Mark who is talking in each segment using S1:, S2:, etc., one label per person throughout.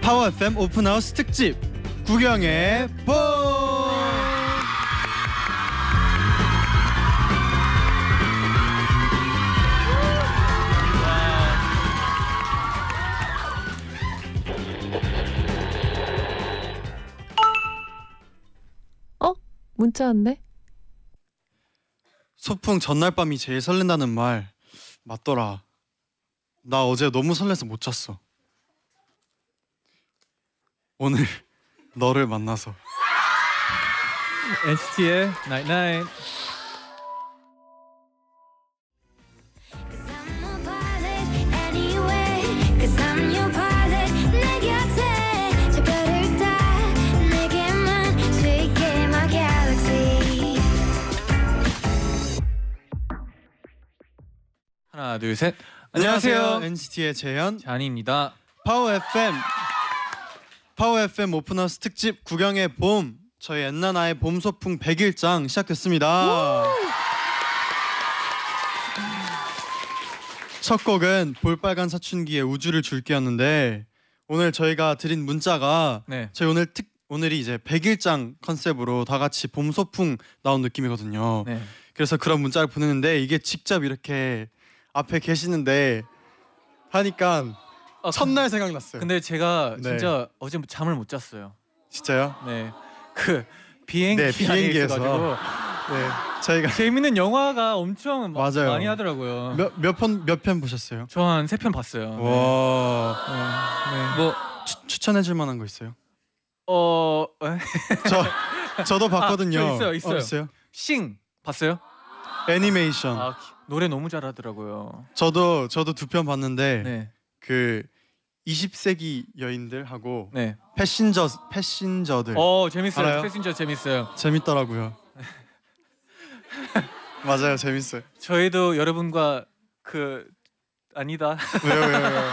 S1: 파워 FM 오픈하우스 특집 구경의 봄.
S2: 어? 문자 왔네.
S1: 소풍 전날 밤이 제일 설렌다는 말 맞더라. 나 어제 너무 설레서 못 잤어. 오늘 너를 만나서
S3: NCT의 Night Night. 하나 둘 셋.
S1: NCT의 재현
S3: 잔이입니다.
S1: 파워 FM 파워 FM 오픈하우스 특집 구경의 봄 저희 엔나나의 봄 소풍 100일장 시작됐습니다. 첫 곡은 볼빨간 사춘기의 우주를 줄게였는데 오늘 저희가 드린 문자가
S3: 네.
S1: 저희 오늘 특 오늘이 이제 100일장 컨셉으로 다 같이 봄 소풍 나온 느낌이거든요.
S3: 네.
S1: 그래서 그런 문자를 보냈는데 이게 직접 이렇게 앞에 계시는데 하니까
S3: 아,
S1: 어, 첫날 생각났어요.
S3: 근데 제가
S1: 네.
S3: 진짜 어제 잠을 못 잤어요.
S1: 진짜요?
S3: 네. 그 비행기
S1: 네,
S3: 안에
S1: 비행기에서.
S3: 있어가지고
S1: 네. 저희가
S3: 재밌는 영화가 엄청 마-
S1: 맞아요.
S3: 많이 하더라고요.
S1: 몇몇편몇편 보셨어요?
S3: 저 한 세 편 봤어요. 네.
S1: 와.
S3: 네. 네.
S1: 뭐 추, 추천해 줄 만한 거 있어요?
S3: 어, 에?
S1: 저 저도 봤거든요.
S3: 아, 저 있어요,
S1: 어,
S3: 있어요.
S1: 있어요?
S3: 싱 봤어요?
S1: 애니메이션.
S3: 아, 기- 노래 너무 잘하더라고요.
S1: 저도 저도 두 편 봤는데
S3: 네.
S1: 그 20세기 여인들하고
S3: 네.
S1: 패신저 패신저들
S3: 어, 재밌어요.
S1: 네. 알아요?
S3: 패신저 재밌어요.
S1: 재밌더라고요. 맞아요, 재밌어요.
S3: 저희도 여러분과 그 아니다.
S1: 왜요, 왜요, 왜요?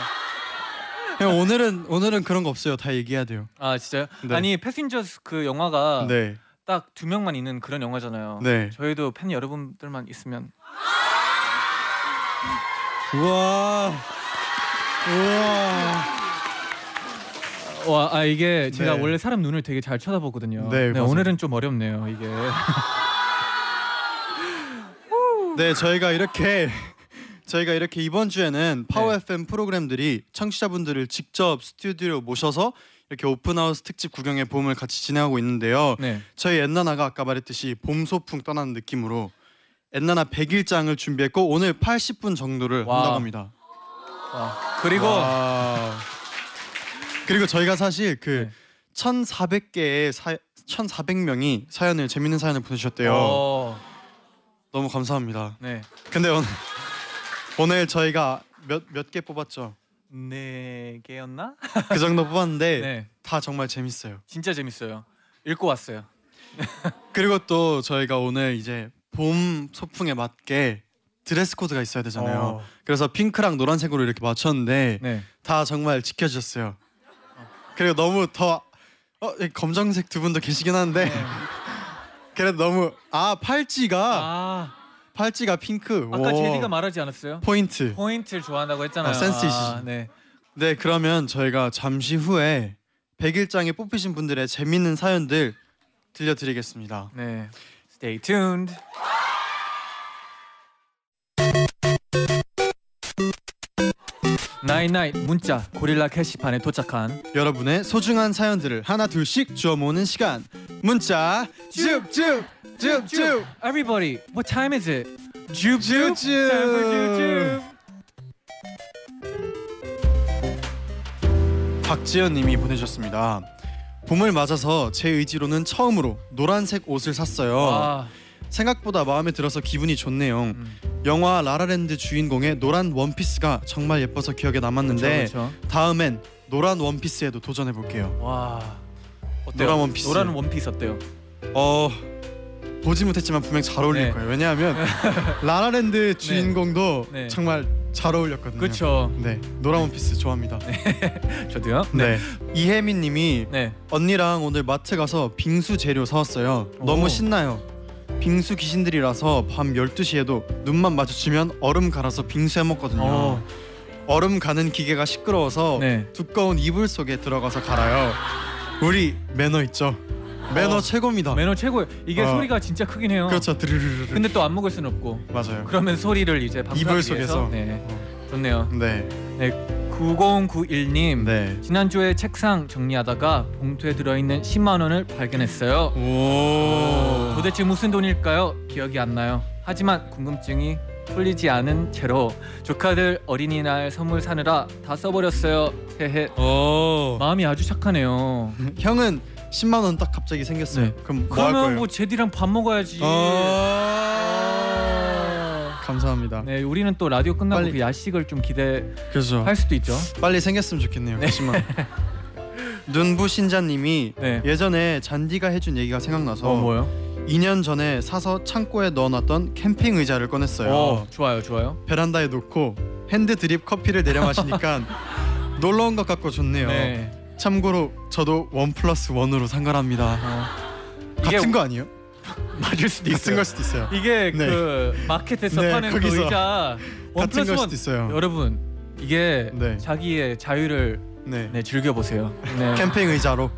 S1: 형 오늘은 오늘은 그런 거 없어요. 다 얘기해야 돼요.
S3: 아, 진짜요?
S1: 네.
S3: 아니, 패신저스 그 영화가
S1: 네,
S3: 딱 두 명만 있는 그런 영화잖아요.
S1: 네.
S3: 저희도 팬 여러분들만 있으면
S1: 우와, 우와.
S3: 와, 아 이게 제가
S1: 네.
S3: 원래 사람 눈을 되게 잘 쳐다보거든요.
S1: 네, 맞아요.
S3: 오늘은 좀 어렵네요, 이게.
S1: 네, 저희가 이렇게 저희가 이렇게 이번 주에는 파워
S3: 네.
S1: FM 프로그램들이 청취자분들을 직접 스튜디오로 모셔서 이렇게 오픈하우스 특집 구경의 봄을 같이 진행하고 있는데요.
S3: 네.
S1: 저희 엔나나가 아까 말했듯이 봄 소풍 떠나는 느낌으로 엔나나 100일장을 준비했고 오늘 80분 정도를
S3: 와.
S1: 한다고 합니다.
S3: 와. 그리고
S1: 와. 그리고 저희가 사실 그
S3: 네.
S1: 1,400개의 사 1,400명이 사연을 재밌는 사연을 보내주셨대요.
S3: 어,
S1: 너무 감사합니다.
S3: 네.
S1: 근데 오늘 오늘 저희가 몇 몇 개 뽑았죠.
S3: 네 개였나?
S1: 그 정도 뽑았는데
S3: 네.
S1: 다 정말 재밌어요.
S3: 진짜 재밌어요. 읽고 왔어요.
S1: 그리고 또 저희가 오늘 이제 봄 소풍에 맞게 드레스 코드가 있어야 되잖아요.
S3: 어.
S1: 그래서 핑크랑 노란색으로 이렇게 맞췄는데
S3: 네.
S1: 다 정말 지켜주셨어요. 그리고 너무 더 어, 이 검정색 두 분도 계시긴 한데
S3: 네.
S1: 그래도 너무 아 팔찌가
S3: 아,
S1: 팔찌가 핑크.
S3: 아까
S1: 오.
S3: 제디가 말하지 않았어요?
S1: 포인트.
S3: 포인트를 좋아한다고 했잖아요.
S1: 아, 센스 있으시-
S3: 네.
S1: 네 그러면 저희가 잠시 후에 100일장에 뽑히신 분들의 재밌는 사연들 들려드리겠습니다
S3: 네. Stay tuned. 나이나이 문자 고릴라 캐시판에 도착한
S1: 여러분의 소중한 사연들을 하나 둘씩 주워 모으는 시간 문자 줍줍줍줍
S3: Everybody, what time is it? 줍
S1: 줍,
S3: 줍. Time for 줍, 줍.
S1: 박지연님이 보내주셨습니다 봄을 맞아서 제 의지로는 처음으로 노란색 옷을 샀어요
S3: 와,
S1: 생각보다 마음에 들어서 기분이 좋네요
S3: 음,
S1: 영화 라라랜드 주인공의 노란 원피스가 정말 예뻐서 기억에 남았는데
S3: 그쵸,
S1: 다음엔 노란 원피스에도 도전해볼게요
S3: 그쵸. 와, 어때요?
S1: 노란 원피스.
S3: 노란 원피스 어때요?
S1: 어 보지 못했지만 분명 잘 어울릴
S3: 네.
S1: 거예요. 왜냐하면 라라랜드 주인공도
S3: 네.
S1: 정말 잘 어울렸거든요.
S3: 그렇죠.
S1: 네 노란 원피스 좋아합니다. 네.
S3: 저도요.
S1: 이혜민님이
S3: 네.
S1: 언니랑 오늘 마트 가서 빙수 재료 사왔어요. 너무
S3: 오.
S1: 신나요. 빙수 귀신들이라서 밤 12시에도 눈만 마주치면 얼음 갈아서 빙수 해 먹거든요.
S3: 어,
S1: 얼음 가는 기계가 시끄러워서
S3: 네.
S1: 두꺼운 이불 속에 들어가서 갈아요. 우리 매너 있죠? 매너
S3: 어.
S1: 최고입니다.
S3: 매너 최고예요. 이게
S1: 어.
S3: 소리가 진짜 크긴 해요.
S1: 그렇죠. 드르르르.
S3: 근데 또 안 먹을 순 없고.
S1: 맞아요.
S3: 그러면 소리를 이제 방송하기
S1: 이불
S3: 위해서
S1: 속에서.
S3: 네. 좋네요.
S1: 네.
S3: 9091님
S1: 네.
S3: 지난주에 책상 정리하다가 봉투에 들어있는 10만 원을 발견했어요.
S1: 오.
S3: 도대체 무슨 돈일까요? 기억이 안 나요. 하지만 궁금증이 풀리지 않은 채로 조카들 어린이날 선물 사느라 다 써버렸어요. 헤헤.
S1: 오.
S3: 마음이 아주 착하네요.
S1: 형은 10만 원 딱 갑자기 생겼어요.
S3: 네.
S1: 그럼 뭐 할
S3: 그러면
S1: 거예요?
S3: 뭐 제디랑 밥 먹어야지. 아.
S1: 아. 감사합니다.
S3: 네, 우리는 또 라디오 끝나고
S1: 빨리.
S3: 그 야식을 좀 기대할
S1: 그래서
S3: 수도 있죠.
S1: 빨리 생겼으면 좋겠네요.
S3: 네.
S1: 10만. 눈부신자님이
S3: 네.
S1: 예전에 잔디가 해준 얘기가 생각나서
S3: 어 뭐요?
S1: 2년 전에 사서 창고에 넣어놨던 캠핑 의자를 꺼냈어요.
S3: 어 좋아요, 좋아요.
S1: 베란다에 놓고 핸드 드립 커피를 내려 마시니까 놀러 온 것 같고 좋네요.
S3: 네.
S1: 참고로 저도 원 플러스 원으로 산 거랍니다.
S3: 어. 이게
S1: 같은 거 아니에요?
S3: 맞을 수도
S1: 같은
S3: 있어요.
S1: 걸 수도 있어요.
S3: 이게
S1: 네.
S3: 그 마켓에서
S1: 네,
S3: 파는 그
S1: 거기서.
S3: 의자 원
S1: 같은
S3: 플러스
S1: 걸
S3: 원
S1: 수도 있어요.
S3: 여러분 이게
S1: 네.
S3: 자기의 자유를
S1: 네.
S3: 네, 즐겨보세요. 네.
S1: 캠핑 의자로.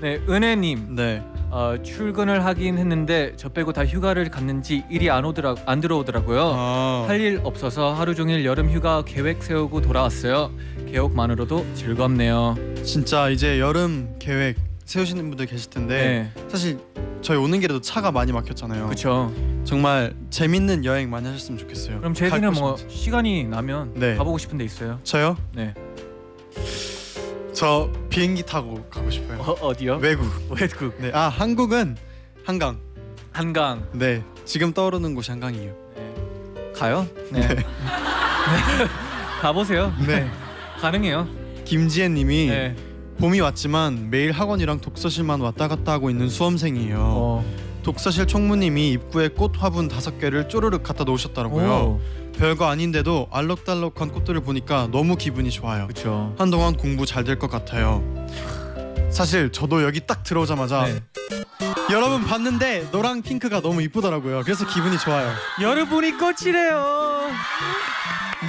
S3: 네, 은혜님
S1: 네.
S3: 어, 출근을 하긴 했는데 저 빼고 다 휴가를 갔는지 일이 안 오더라 안 들어오더라고요.
S1: 아.
S3: 할 일 없어서 하루 종일 여름 휴가 계획 세우고 돌아왔어요. 계획만으로도 즐겁네요.
S1: 진짜 이제 여름 계획 세우시는 분들 계실 텐데
S3: 네,
S1: 사실 저희 오는 길에도 차가 많이 막혔잖아요.
S3: 그렇죠.
S1: 정말 재밌는 여행 많이 하셨으면 좋겠어요.
S3: 그럼 제디는
S1: 가고
S3: 뭐
S1: 싶은데.
S3: 시간이 나면
S1: 네.
S3: 가보고 싶은 데 있어요?
S1: 저요?
S3: 네.
S1: 저 비행기 타고 가고 싶어요.
S3: 어, 어디요?
S1: 외국.
S3: 외국
S1: 네. 아 한국은 한강.
S3: 한강
S1: 네. 지금 떠오르는 곳이 한강이에요.
S3: 네. 가요? 네. 가보세요.
S1: 네.
S3: 가능해요.
S1: 김지혜님이
S3: 네.
S1: 봄이 왔지만 매일 학원이랑 독서실만 왔다 갔다 하고 있는 수험생이에요.
S3: 어.
S1: 독서실 총무님이 입구에 꽃 화분 다섯 개를 쪼르륵 갖다 놓으셨더라고요.
S3: 오.
S1: 별거 아닌데도 알록달록한 꽃들을 보니까 너무 기분이 좋아요.
S3: 그렇죠.
S1: 한동안 공부 잘 될 것 같아요. 사실 저도 여기 딱 들어오자마자
S3: 네.
S1: 여러분 봤는데 노랑 핑크가 너무 이쁘더라고요. 그래서 기분이 좋아요.
S3: 여러분이 꽃이래요.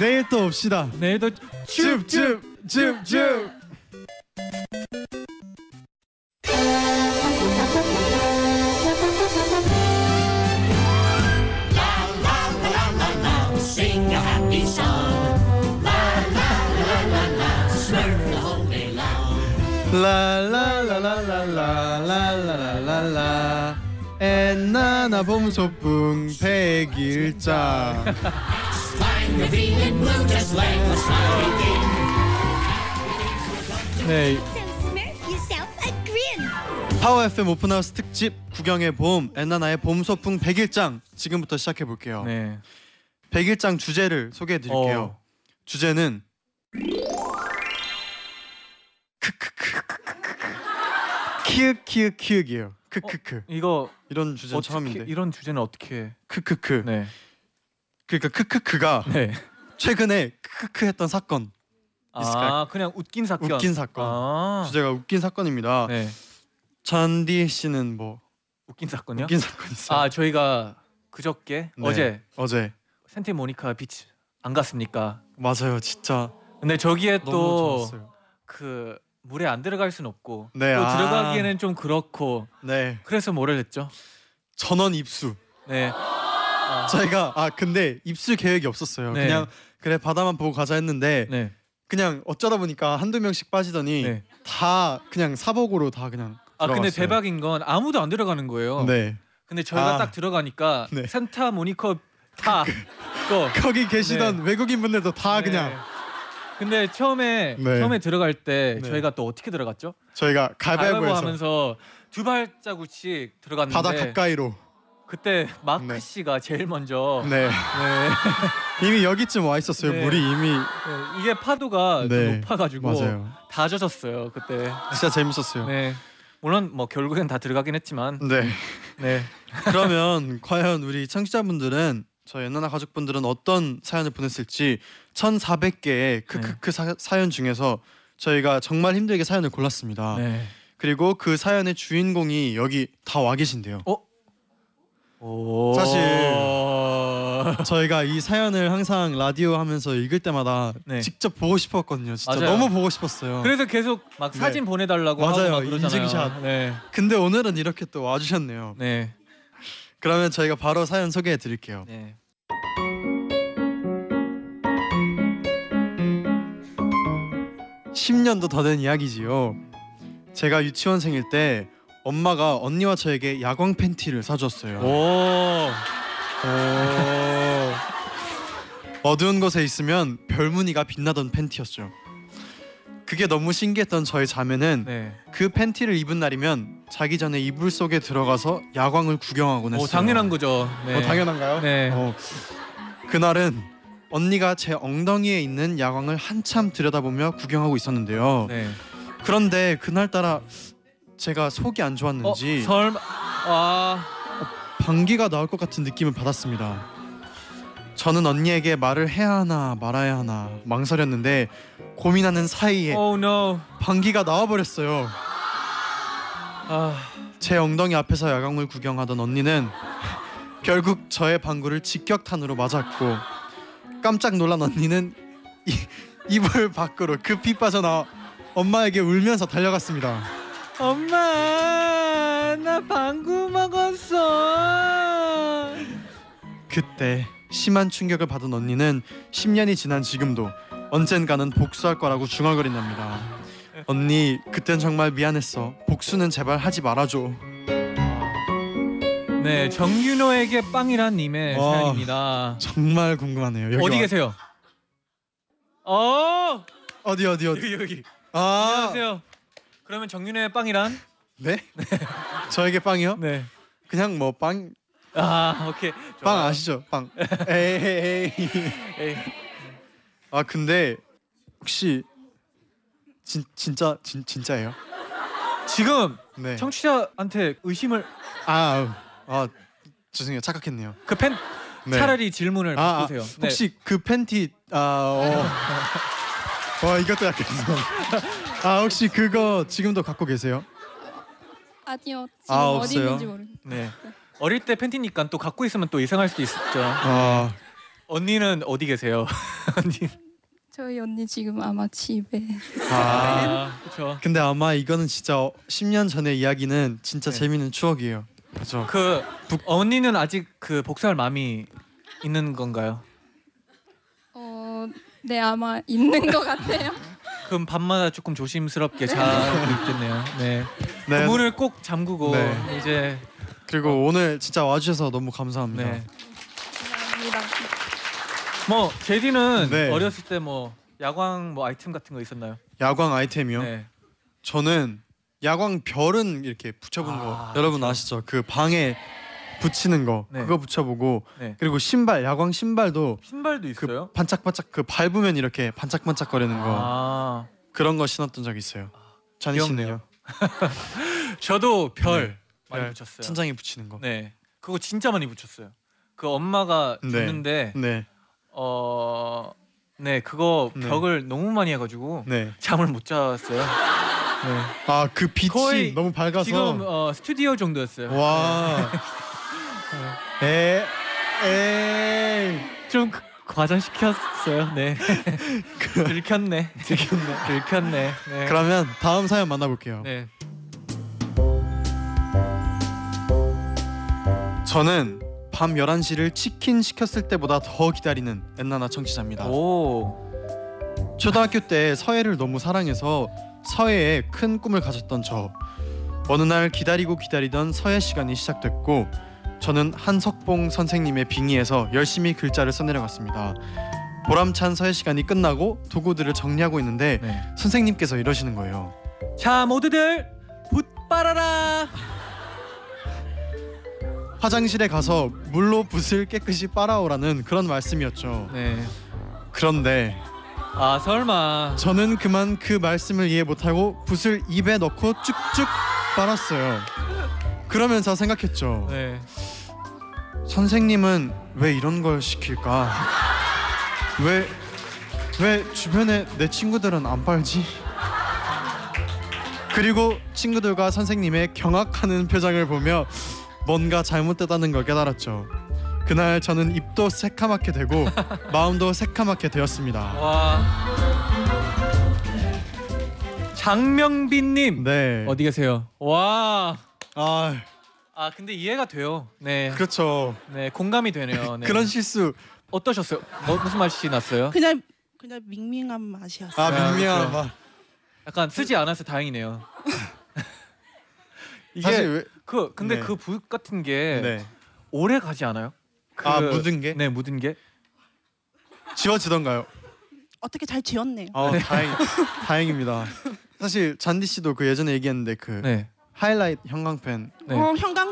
S3: 네,
S1: 내일 또 옵시다.
S3: 내일도
S1: 줍줍줍줍.
S2: sing a happy song.
S1: 라라라라라라라라라라 엔나나 봄소풍 백일자
S2: Find the feeling blue, just let the smile begin.
S3: 네.
S4: So smurf yourself a grin.
S1: 파워 FM 오픈하우스 특집 구경의 봄 엔나나의 봄소풍 백일장 지금부터 시작해 볼게요.
S3: 네.
S1: 백일장 주제를 소개해 드릴게요.
S3: 어.
S1: 주제는 크크크 키읔 키읔 키읔이에요. 크크크
S3: 이거
S1: 이런 주제는
S3: 어. 어떻게
S1: 처음인데 그
S3: 이런 주제는 어떻게 해?
S1: 크크크
S3: 네.
S1: 그러니까 크크크가
S3: 네.
S1: 최근에 크크크 했던 사건
S3: 아, 그냥 웃긴 사건.
S1: 웃긴 사건
S3: 아.
S1: 주제가 웃긴 사건입니다.
S3: 네.
S1: 잔디 씨는 뭐
S3: 웃긴 사건이요?
S1: 웃긴 사건 있어요?
S3: 아, 저희가 그저께
S1: 네,
S3: 어제
S1: 어제
S3: 센티모니카 비치 안 갔습니까?
S1: 맞아요 진짜
S3: 근데 저기에
S1: 너무
S3: 또
S1: 좋았어요.
S3: 그 물에 안 들어갈 순 없고
S1: 네,
S3: 또
S1: 아.
S3: 들어가기에는 좀 그렇고
S1: 네
S3: 그래서 뭐를 했죠?
S1: 전원 입수
S3: 네. 아,
S1: 저희가 아 근데 입수 계획이 없었어요.
S3: 네.
S1: 그냥 그래 바다만 보고 가자 했는데
S3: 네.
S1: 그냥 어쩌다 보니까 한두 명씩 빠지더니
S3: 네.
S1: 다 그냥 사복으로 다 그냥
S3: 아 근데
S1: 들어갔어요.
S3: 대박인 건 아무도 안 들어가는 거예요.
S1: 네
S3: 근데 저희가
S1: 아.
S3: 딱 들어가니까
S1: 네.
S3: 산타 모니카 다 거.
S1: 거기 계시던 외국인 분들도 다
S3: 네.
S1: 아, 그냥
S3: 근데 처음에
S1: 네.
S3: 처음에 들어갈 때
S1: 네.
S3: 저희가 또 어떻게 들어갔죠?
S1: 저희가
S3: 가위바위보
S1: 가위바위보에서
S3: 하면서 두 발자국씩 들어갔는데
S1: 바다 가까이로
S3: 그때 마크
S1: 네.
S3: 씨가 제일 먼저
S1: 네
S3: 네.
S1: 이미 여기쯤 와 있었어요.
S3: 네.
S1: 물이 이미
S3: 네, 이게 파도가 좀
S1: 네.
S3: 높아가지고
S1: 맞아요.
S3: 다 젖었어요 그때.
S1: 진짜 재밌었어요.
S3: 네. 물론 뭐 결국엔 다 들어가긴 했지만
S1: 네.
S3: 네.
S1: 그러면 과연 우리 청취자분들은 저희 엔나나 가족분들은 어떤 사연을 보냈을지 1,400개의
S3: 네.
S1: 크크크 사, 사연 중에서 저희가 정말 힘들게 사연을 골랐습니다.
S3: 네.
S1: 그리고 그 사연의 주인공이 여기 다 와 계신데요.
S3: 오.
S1: 사실 저희가 이 사연을 항상 라디오 하면서 읽을 때마다
S3: 네.
S1: 직접 보고 싶었거든요. 진짜
S3: 맞아요.
S1: 너무 보고 싶었어요.
S3: 그래서 계속 막
S1: 네.
S3: 사진 보내달라고
S1: 맞아요.
S3: 하고 막 그러잖아요.
S1: 인증샷.
S3: 네,
S1: 근데 오늘은 이렇게 또 와주셨네요.
S3: 네,
S1: 그러면 저희가 바로 사연 소개해 드릴게요.
S3: 네.
S1: 십 10년도 더 된 이야기지요. 제가 유치원생일 때 엄마가 언니와 저에게 야광 팬티를 사줬어요.
S3: 오,
S1: 어두운 곳에 있으면 별무늬가 빛나던 팬티였죠. 그게 너무 신기했던 저희 자매는
S3: 네.
S1: 그 팬티를 입은 날이면 자기 전에 이불 속에 들어가서 야광을 구경하곤 했어요.
S3: 오, 당연한 거죠. 네.
S1: 어, 당연한가요?
S3: 네.
S1: 어, 그날은 언니가 제 엉덩이에 있는 야광을 한참 들여다보며 구경하고 있었는데요.
S3: 네.
S1: 그런데 그날따라 제가 속이 안
S3: 어,
S1: 좋았는지
S3: 설마 아,
S1: 방귀가 나올 것 같은 느낌을 받았습니다. 저는 언니에게 말을 해야 하나 말아야 하나 망설였는데 고민하는 사이에
S3: oh no.
S1: 방귀가 나와버렸어요.
S3: 아,
S1: 제 엉덩이 앞에서 야광을 구경하던 언니는 결국 저의 방구를 직격탄으로 맞았고 깜짝 놀란 언니는 이, 이불 밖으로 급히 빠져나와 엄마에게 울면서 달려갔습니다.
S3: 엄마, 나 방구 먹었어.
S1: 그때 심한 충격을 받은 언니는 10년이 지난 지금도 언젠가는 복수할 거라고 중얼거린답니다. 언니 그땐 정말 미안했어. 복수는 제발 하지 말아줘.
S3: 네, 정윤호에게 빵이란 님의
S1: 와.
S3: 사연입니다.
S1: 정말 궁금하네요. 여기
S3: 어디
S1: 와-
S3: 계세요? 어,
S1: 어디 어디 어디?
S3: 여기 여기.
S1: 아
S3: 안녕하세요. 그러면 정윤호의 빵이란?
S1: 네? 저에게 빵이요?
S3: 네.
S1: 그냥 뭐 빵 빵
S3: 아, 오케이. 좋아요.
S1: 아시죠? 빵. 에이.
S3: 에이.
S1: 아 근데 혹시 진 진짜 진 진짜예요?
S3: 지금
S1: 네.
S3: 청취자한테 의심을
S1: 아, 아우. 아 죄송해요. 착각했네요.
S3: 그 팬
S1: 네.
S3: 차라리 질문을
S1: 아, 아
S3: 바꾸세요. 네.
S1: 혹시 그 팬티 아 어.
S3: 네.
S1: 와 이것도 약간 이상. 아 혹시 그거 지금도 갖고 계세요?
S5: 아니요. 지금
S1: 아,
S5: 어디
S1: 없어요?
S5: 있는지 모르.
S3: 네. 어릴 때 팬티니까 또 갖고 있으면 또 이상할 수도 있죠.
S1: 아
S3: 언니는 어디 계세요? 언니.
S5: 저희 언니 지금 아마 집에.
S1: 아.
S3: 아, 그렇죠.
S1: 근데 아마 이거는 진짜 어, 10년 전의 이야기는 진짜
S3: 네.
S1: 재밌는 추억이에요. 그렇죠.
S3: 그 북- 언니는 아직 그 복수할 마음이 있는 건가요?
S5: 어, 네 아마 있는 것 같아요.
S3: 그럼 밤마다 조금 조심스럽게 자고 있겠네요. 네.
S1: 네.
S3: 그 문을 꼭 잠그고
S1: 네.
S3: 이제
S1: 그리고 오늘 진짜 와주셔서 너무 감사합니다.
S3: 네.
S5: 감사합니다.
S3: 뭐 제디는
S1: 네.
S3: 어렸을 때 뭐 야광 뭐 아이템 같은 거 있었나요?
S1: 야광 아이템이요.
S3: 네.
S1: 저는 야광 별은 이렇게 붙여보는
S3: 아,
S1: 거 여러분
S3: 그렇죠.
S1: 아시죠? 그 방에 붙이는 거
S3: 네.
S1: 그거 붙여보고
S3: 네.
S1: 그리고 신발 야광 신발도
S3: 신발도 있어요?
S1: 그 반짝반짝 그 밟으면 이렇게 반짝반짝거리는 거
S3: 아.
S1: 그런 거 신었던 적 있어요. 잔이 씨는요?
S3: 저도 별
S1: 네.
S3: 많이
S1: 별
S3: 붙였어요.
S1: 천장에 붙이는 거.
S3: 네. 그거 진짜 많이 붙였어요. 그 엄마가
S1: 네.
S3: 줬는데
S1: 네,
S3: 어. 네, 그거
S1: 네.
S3: 벽을 너무 많이 해 가지고
S1: 네.
S3: 잠을 못 잤어요. 네.
S1: 아 그 빛이
S3: 거의
S1: 너무 밝아서.
S3: 지금 어, 스튜디오 정도였어요.
S1: 와. 에,
S3: 네.
S1: 에이.
S3: 좀 과장시켰어요. 네. 들켰네. 들켰네. 들켰네. 네.
S1: 그 그러면 다음 사연 만나볼게요.
S3: 네.
S1: 저는 밤 11시를 치킨 시켰을 때보다 더 기다리는 엔나나 청취자입니다.
S3: 오.
S1: 초등학교 때 서예를 너무 사랑해서 서예에 큰 꿈을 가졌던 저. 어느 날 기다리고 기다리던 서예 시간이 시작됐고 저는 한석봉 선생님의 빙의에서 열심히 글자를 써내려갔습니다. 보람찬 서예 시간이 끝나고 도구들을 정리하고 있는데
S3: 네.
S1: 선생님께서 이러시는 거예요.
S3: 자, 모두들 붓빨아라.
S1: 화장실에 가서 물로 붓을 깨끗이 빨아오라는 그런 말씀이었죠.
S3: 네.
S1: 그런데
S3: 아, 설마.
S1: 저는 그만 그 말씀을 이해 못하고 붓을 입에 넣고 쭉쭉 빨았어요. 그러면서 생각했죠.
S3: 네.
S1: 선생님은 왜 이런 걸 시킬까? 왜, 왜 주변에 내 친구들은 안 빨지? 그리고 친구들과 선생님의 경악하는 표정을 보며 뭔가 잘못됐다는 걸 깨달았죠. 그날 저는 입도 새카맣게 되고 마음도 새카맣게 되었습니다.
S3: 와. 장명빈님
S1: 네.
S3: 어디 계세요? 와.
S1: 아
S3: 아 근데 이해가 돼요. 네.
S1: 그렇죠.
S3: 네 공감이 되네요. 네.
S1: 그런 실수.
S3: 어떠셨어요? 뭐, 무슨 맛이 났어요?
S6: 그냥 그냥 밍밍한 맛이었어.
S1: 아
S3: 아,
S1: 민미야.
S3: 그렇죠. 약간 쓰지 않아서 다행이네요. 이게
S1: 사실 왜,
S3: 그 근데
S1: 네.
S3: 그 붓 같은 게
S1: 네.
S3: 오래 가지 않아요? 그-
S1: 아, 묻은 게?
S3: 네 묻은 게.
S1: 지워지던가요?
S6: 어떻게 잘 지었네요.
S1: 아 다행 다행입니다. 사실 잔디 씨도 그 예전에 얘기했는데 그
S3: 네.
S1: 하이라이트 형광펜
S3: 네.
S6: 어, 형광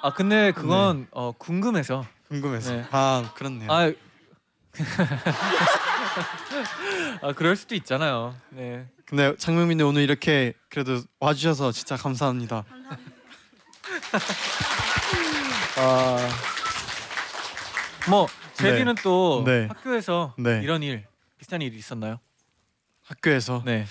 S3: 아
S1: 네.
S3: 근데 그건 어, 궁금해서.
S1: 궁금해서.
S3: 네.
S1: 아 그렇네요.
S3: 아. 아 그럴 수도 있잖아요. 네.
S1: 근데 장명민님 오늘 이렇게 그래도 와주셔서 진짜 감사합니다.
S3: 아. 뭐 제디는 또
S1: 네.
S3: 학교에서
S1: 네.
S3: 이런 일 비슷한 일이 있었나요?
S1: 학교에서
S3: 네.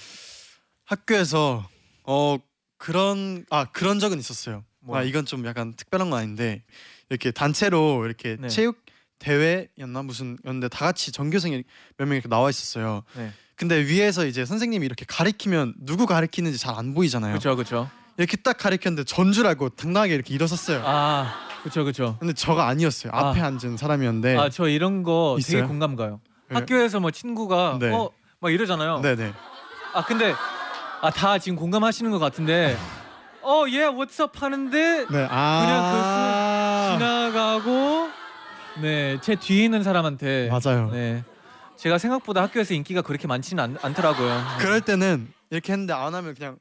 S1: 학교에서 어 그런 아 그런 적은 있었어요.
S3: 뭐요?
S1: 아 이건 좀 약간 특별한 건 아닌데 이렇게 단체로 이렇게
S3: 네.
S1: 체육 대회였나 무슨 였는데 다 같이 전교생이 몇 명 이렇게 나와 있었어요.
S3: 네.
S1: 근데 위에서 이제 선생님이 이렇게 가리키면 누구 가리키는지 잘 안 보이잖아요.
S3: 그렇죠, 그렇죠.
S1: 이렇게 딱 가리켰는데 전줄 알고 당당하게 이렇게 일어섰어요.
S3: 아, 그렇죠, 그렇죠.
S1: 근데 저가 아니었어요.
S3: 아.
S1: 앞에 앉은 사람이었는데.
S3: 아, 저 이런 거
S1: 네. 있어요?
S3: 되게 공감 가요.
S1: 네.
S3: 학교에서 뭐 친구가
S1: 네.
S3: 어, 막 이러잖아요.
S1: 네네.
S3: 아, 근데 아, 다 지금 공감하시는 것 같은데 어, 얘 왓츠업 하는데
S1: 네.
S3: 그
S1: 아.
S3: 지나가고 네, 제 뒤에 있는 사람한테
S1: 맞아요.
S3: 네. 제가 생각보다 학교에서 인기가 그렇게 많지는 않, 않더라고요. 네.
S1: 아. 그럴 때는 이렇게 했는데 안 하면 그냥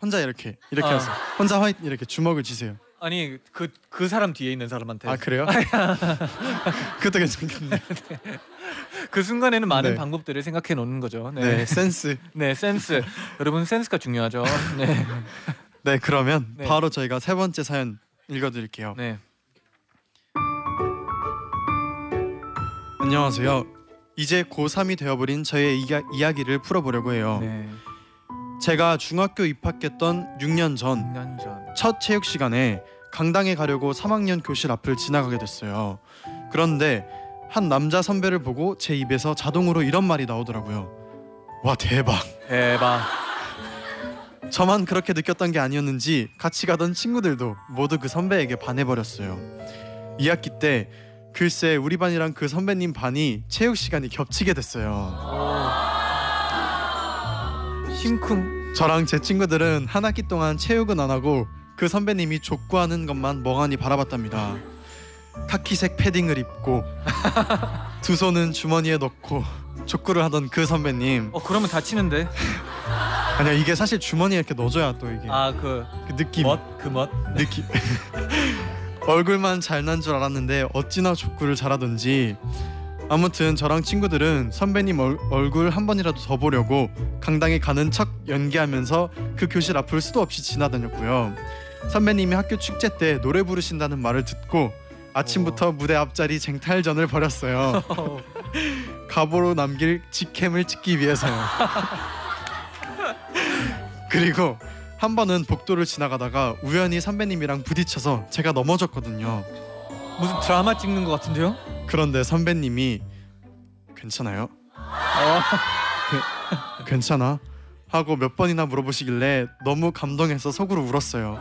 S1: 혼자 이렇게 이렇게
S3: 아.
S1: 해서 혼자 화이 이렇게 주먹을 쥐세요.
S3: 아니, 그 그 사람 뒤에 있는 사람한테
S1: 아 그래요? 그것도 괜찮겠네.
S3: 그 순간에는 많은
S1: 네.
S3: 방법들을 생각해 놓는 거죠.
S1: 네.
S3: 네.
S1: 센스.
S3: 네, 센스. 여러분 센스가 중요하죠. 네.
S1: 네 그러면
S3: 네.
S1: 바로 저희가 세 번째 사연 읽어드릴게요.
S3: 네.
S1: 안녕하세요. 이제 고3이 되어버린 저의 이야, 이야기를 풀어보려고 해요.
S3: 네.
S1: 제가 중학교 입학했던 6년 전
S3: 6년 전.
S1: 첫 체육 시간에 강당에 가려고 3학년 교실 앞을 지나가게 됐어요. 그런데 한 남자 선배를 보고 제 입에서 자동으로 이런 말이 나오더라고요. 와 대박.
S3: 대박.
S1: 저만 그렇게 느꼈던 게 아니었는지 같이 가던 친구들도 모두 그 선배에게 반해버렸어요. 2학기 때 글쎄 우리 반이랑 그 선배님 반이 체육 시간이 겹치게 됐어요.
S3: 심쿵.
S1: 저랑 제 친구들은 한 학기 동안 체육은 안 하고 그 선배님이 족구하는 것만 멍하니 바라봤답니다. 카키색 패딩을 입고 두 손은 주머니에 넣고 족구를 하던 그 선배님.
S3: 어 그러면 다치는데.
S1: 네. 아니야 이게 사실 주머니에 이렇게 넣어줘야 또 이게
S3: 아그멋그
S1: 그 느낌
S3: 멋.
S1: 느낌. 얼굴만 잘난 줄 알았는데 어찌나 족구를 잘하던지. 아무튼 저랑 친구들은 선배님 얼, 얼굴 한 번이라도 더 보려고 강당에 가는 척 연기하면서 그 교실 앞을 수도 없이 지나다녔고요. 선배님이 학교 축제 때 노래 부르신다는 말을 듣고 아침부터 무대 앞자리 쟁탈전을 벌였어요. 가보로 남길 직캠을 찍기 위해서요. 그리고 한 번은 복도를 지나가다가 우연히 선배님이랑 부딪혀서 제가 넘어졌거든요.
S3: 무슨 드라마 찍는 것 같은데요?
S1: 그런데 선배님이 괜찮아요? 어. "괜- 괜찮아? 하고 몇 번이나 물어보시길래 너무 감동해서 속으로 울었어요.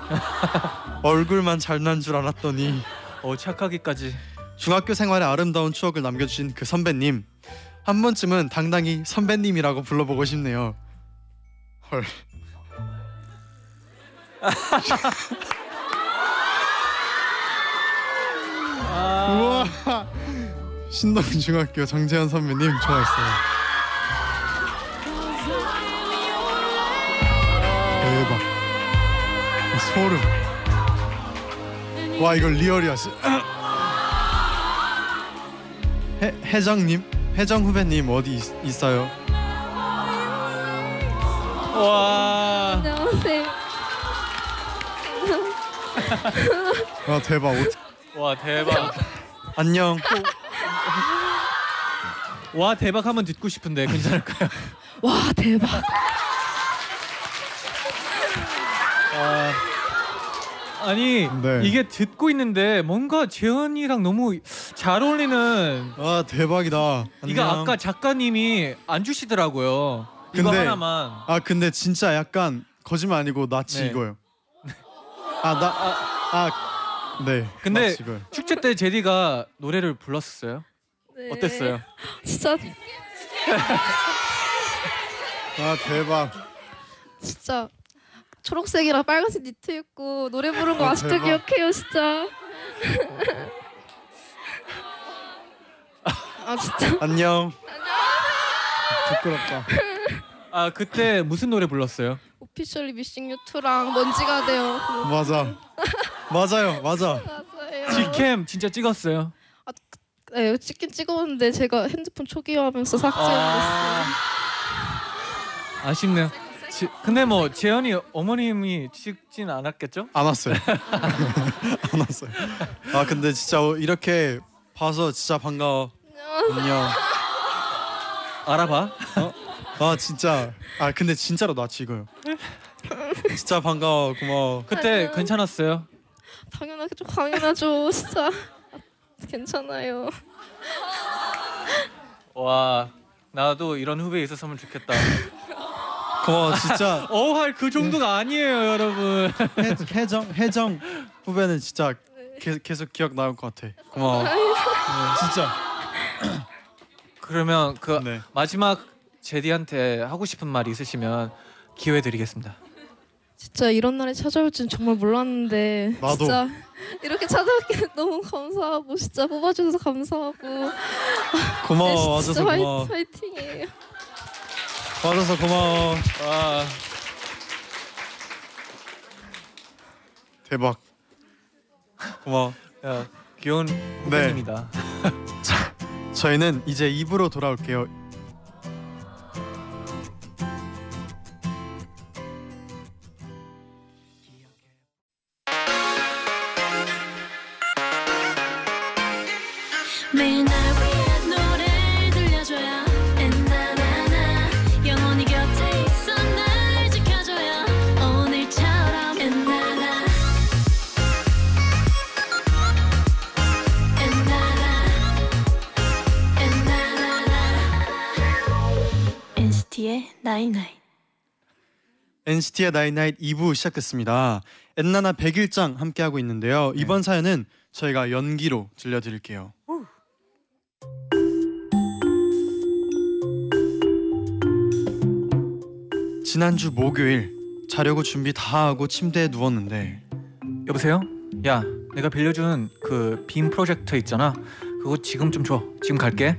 S1: 얼굴만 잘난 줄 알았더니
S3: 어 착하기까지.
S1: 중학교 생활의 아름다운 추억을 남겨주신 그 선배님 한 번쯤은 당당히 선배님이라고 불러보고 싶네요. 헐. 우와 신동 중학교 정재현 선배님 좋아했어요. 대박 소름. 와 이걸 리얼이었어. 해, 해정님, 해정 후배님 어디 있, 어요
S3: 와.
S5: 안녕하세요.
S1: 아 대박. 어떡-
S3: 와 대박.
S1: 안녕.
S3: 와 대박 한번 듣고 싶은데 괜찮을까요?
S6: 와 대박.
S3: 아, 아니
S1: 네.
S3: 이게 듣고 있는데 뭔가 재현이랑 너무 잘 어울리는
S1: 아 대박이다.
S3: 이거
S1: 안녕.
S3: 아까 작가님이 안 주시더라고요. 이거
S1: 근데-
S3: 하나만
S1: 아 근데 진짜 약간 거짓말 아니고 나치
S3: 네.
S1: 이거예요. 아, 아나아네
S3: 근데-
S1: 나치 이거예요.
S3: 축제 때 제디가 노래를 불렀었어요. 어땠어요?
S5: 진짜
S1: 아 대박.
S5: 진짜 초록색이랑 빨간색 니트 입고 노래 부른 거
S1: 아,
S5: 아직도
S1: 대박.
S5: 기억해요 진짜. 아 진짜
S1: 안녕. 부끄럽다.
S3: 아 그때 무슨 노래 불렀어요?
S5: 오피셜리 미싱 유투랑 먼지가 돼요. 그거
S1: 맞아. 맞아요. 맞아.
S5: 맞아요.
S3: 디캠 진짜 찍었어요.
S5: 네, 찍긴 찍었는데 제가 핸드폰 초기화하면서 삭제했어요.
S3: 아, 아쉽네요. 지- 근데 뭐 재현이 어머님이 찍진 않았겠죠?
S1: 안 왔어요. 안 왔어요. 아 근데 진짜 이렇게 봐서 진짜 반가워. 안녕.
S3: 알아봐.
S1: 아 진짜. 아 근데 진짜로 나치 이거예요. 진짜 반가워. 고마워.
S3: 그때 괜찮았어요.
S5: 당연하죠, 당연하죠, 진짜. 괜찮아요.
S3: 와 나도 이런 후배 있었으면 좋겠다.
S1: 고마워. 진짜
S3: 어할 그 정도가 아니에요, 여러분.
S1: 해, 해정 해정 후배는 진짜 계, 계속 기억 나올 것 같아. 고마워. 네, 진짜.
S3: 그러면 그
S1: 네.
S3: 마지막 제디한테 하고 싶은 말 있으시면 기회 드리겠습니다.
S5: 진짜 이런 날이 찾아올 줄 정말 몰랐는데
S1: 나도.
S5: 진짜 이렇게 찾아왔기에 너무 감사하고 진짜 뽑아주셔서 감사하고
S1: 어, 고마워.
S5: 네,
S1: 와줘서
S5: 진짜
S1: 고마워.
S5: 화이, 팅이에요
S1: 와줘서 고마워.
S3: 와
S1: 대박. 고마워.
S3: 야, 귀여운 후배입니다.
S1: 저희는 이제 입으로 돌아올게요.
S7: 매일 날 위한 노래를 들려줘요 엔나나나 영원히 곁에 있어 날 지켜줘요 오늘처럼 엔나나 엔나나 엔나나나 NCT의 나잇나잇
S1: NCT의 나잇나잇 2부 시작했습니다. 엔나나 101장 함께하고 있는데요. 이번 사연은 저희가 연기로 들려드릴게요. 지난주 목요일 자려고 준비 다 하고 침대에 누웠는데
S3: 여보세요? 야, 내가 빌려준 그 빔 프로젝터 있잖아. 그거 지금 좀 줘. 지금 갈게.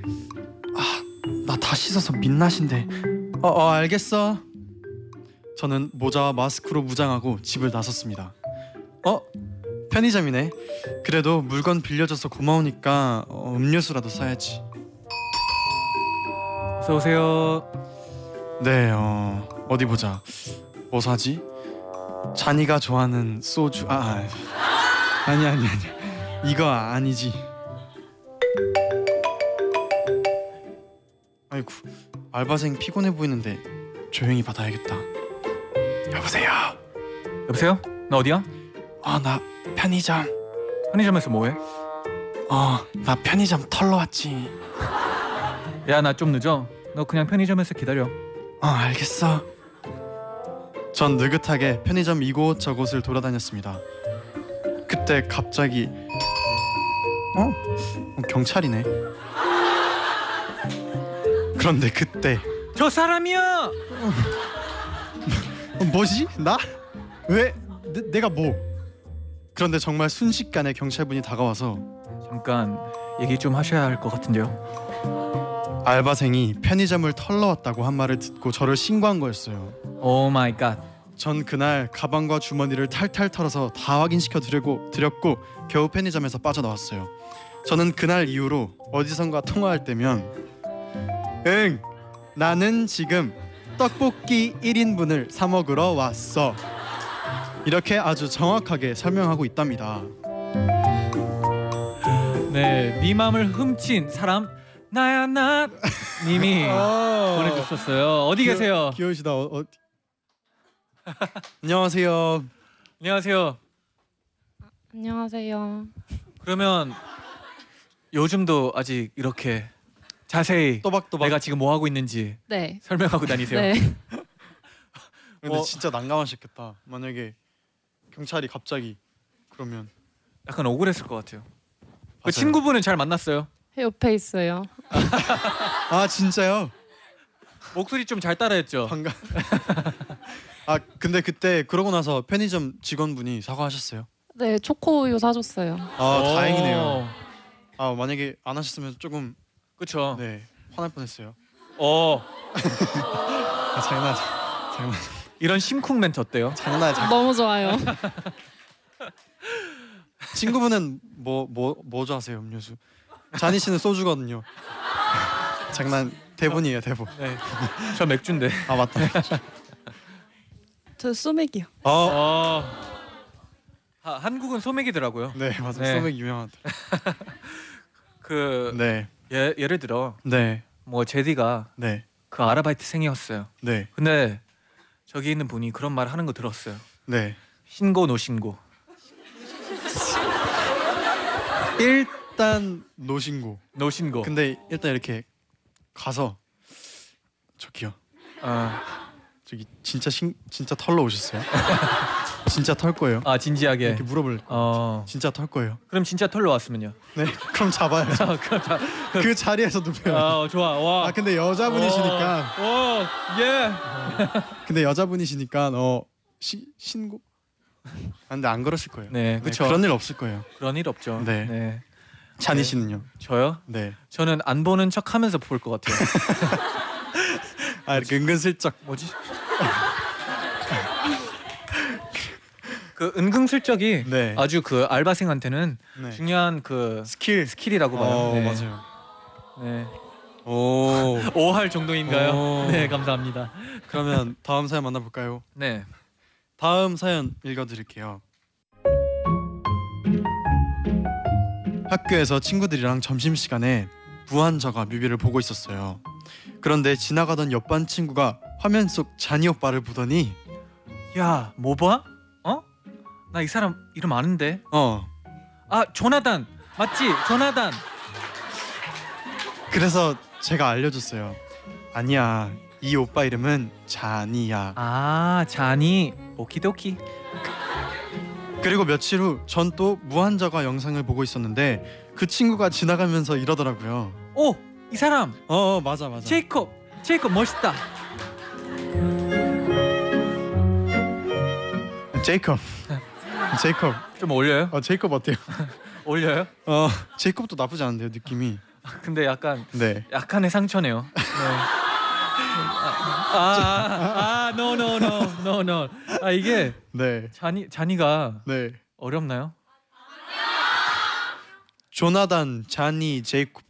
S1: 나 다 씻어서 민낯인데 어, 어 알겠어 저는 모자와 마스크로 무장하고 집을 나섰습니다 어? 편의점이네 그래도 물건 빌려줘서 고마우니까 어, 음료수라도 사야지
S3: 어서 오세요.
S1: 네 어, 어디 보자 뭐 사지? 잔이가 좋아하는 소주 아, 아 아니 아니 아니 이거 아니지 아이고 알바생 피곤해 보이는데 조용히 받아야겠다 여보세요
S3: 여보세요? 나 어디야?
S1: 아 나 편의점
S3: 편의점에서 뭐해?
S1: 어 나 편의점 털러 왔지
S3: 야, 나 좀 늦어. 너 그냥 편의점에서 기다려.
S1: 어 알겠어 전 느긋하게 편의점 이곳저곳을 돌아다녔습니다 그때 갑자기 어? 어, 경찰이네 그런데 그때
S3: 저 사람이야.
S1: 어, 뭐지? 나? 왜? 내, 내가 뭐? 그런데 정말 순식간에 경찰분이 다가와서
S3: 잠깐 얘기 좀 하셔야 할 것 같은데요.
S1: 알바생이 편의점을 털러 왔다고 한 말을 듣고 저를 신고한 거였어요
S3: 오 마이 갓.
S1: 전 그날 가방과 주머니를 탈탈 털어서 다 확인시켜 드리고 드렸고 겨우 편의점에서 빠져나왔어요. 저는 그날 이후로 어디선가 통화할 때면 응 나는 지금 떡볶이 1인분을 사 먹으러 왔어. 이렇게 아주 정확하게 설명하고 있답니다.
S3: 네, 네 맘을 훔친 사람 나야 나 님이
S1: 어.
S3: 보내주셨어요. 어디 계세요?
S1: 귀여우시다. 어, 어. 안녕하세요.
S3: 안녕하세요.
S5: 안녕하세요.
S3: 그러면 요즘도 아직 이렇게 자세히
S1: 또박또박.
S3: 내가 지금 뭐 하고 있는지
S5: 네.
S3: 설명하고 다니세요.
S5: 네.
S1: 근데
S3: 어.
S1: 진짜 난감하셨겠다. 만약에 경찰이 갑자기 그러면
S3: 약간 억울했을 것 같아요. 그
S1: 맞아요.
S3: 친구분은 잘 만났어요.
S5: 네, 옆에 있어요.
S1: 아 진짜요?
S3: 목소리 좀 잘 따라했죠.
S1: 반가. 아 근데 그때 그러고 나서 편의점 직원분이 사과하셨어요.
S5: 네, 초코우유 사줬어요.
S1: 아 다행이네요. 아 만약에 안 하셨으면 조금
S3: 그렇죠.
S1: 네 화날 뻔했어요.
S3: 어
S1: 아, 장난 장난
S3: 이런 심쿵 멘트 어때요?
S1: 장난 장난.
S5: 너무 좋아요.
S1: 친구분은 뭐 뭐 뭐 좋아하세요 음료수? 자니 씨는 소주거든요. 장난 대본이에요 대본.
S3: 네. 저 맥주인데.
S1: 아 맞다.
S6: 저 소맥이요.
S1: 어.
S3: 어. 아, 한국은 소맥이더라고요.
S1: 네 맞아요.
S3: 네.
S1: 소맥 유명하더라.
S3: 그
S1: 네.
S3: 예, 예를 들어
S1: 네.
S3: 뭐 제디가
S1: 네.
S3: 그 아르바이트생이었어요.
S1: 네.
S3: 근데 저기 있는 분이 그런 말 하는 거 들었어요.
S1: 네.
S3: 신고 노신고.
S1: 일단 노신고.
S3: 노신고.
S1: 근데 일단 이렇게 가서 저기요.
S3: 아,
S1: 저기 진짜 신 진짜 털러 오셨어요? 진짜 털 거예요.
S3: 아 진지하게.
S1: 이렇게 물어볼 거.
S3: 어.
S1: 진짜 털 거예요.
S3: 그럼 진짜 털로 왔으면요.
S1: 네. 그럼 잡아야죠.
S3: 아, 그럼 다.
S1: 그 자리에서 눕혀요.
S3: 아, 좋아. 와.
S1: 아 근데 여자분이시니까
S3: 오, 예.
S1: 근데 여자분이시니까 어 시, 신고 아, 근데 안 그러실 거예요.
S3: 네, 그쵸.
S1: 그런 일 없을 거예요.
S3: 그런 일 없죠.
S1: 네. 잔이 씨는요?
S3: 저요?
S1: 네.
S3: 저는 안 보는 척하면서 볼 것 같아요.
S1: 아 이렇게 은근슬쩍
S3: 뭐지? 그 은근슬쩍이
S1: 네.
S3: 아주 그 알바생한테는
S1: 네.
S3: 중요한 그
S1: 스킬
S3: 스킬이라고 봐요.
S1: 어
S3: 네.
S1: 맞아요.
S3: 네.
S1: 오
S3: 오할 정도인가요?
S1: 오.
S3: 네, 감사합니다.
S1: 그러면 다음 사연 만나볼까요?
S3: 네.
S1: 다음 사연 읽어드릴게요. 학교에서 친구들이랑 점심 시간에 무한저가 뮤비를 보고 있었어요. 그런데 지나가던 옆반 친구가 화면 속 잔이 오빠를 보더니
S3: 야, 뭐 봐? 어? 나 이 사람 이름 아는데.
S1: 어
S3: 아, 조나단. 맞지? 조나단.
S1: 그래서 제가 알려줬어요. 아니야 이 오빠 이름은 잔이야.
S3: 아, 자니. 오키도키.
S1: 그리고 며칠 후 전 또 무한저가 영상을 보고 있었는데 그 친구가 지나가면서 이러더라고요.
S3: 오, 이 사람.
S1: 어, 어 맞아 맞아.
S3: 제이콥. 제이콥 멋있다.
S1: 제이콥. 제이콥.
S3: 좀 올려요?
S1: 어 제이콥 어때요?
S3: 올려요?
S1: 어 제이콥도 나쁘지 않은데요 느낌이
S3: 근데 약간
S1: 네
S3: 약간의 상처네요. 네. 아, 아, no, no, no, no, no. 아 이게
S1: 네,
S3: 자니 자니가
S1: 네.
S3: 어렵나요?
S1: 조나단, 자니, 제이콥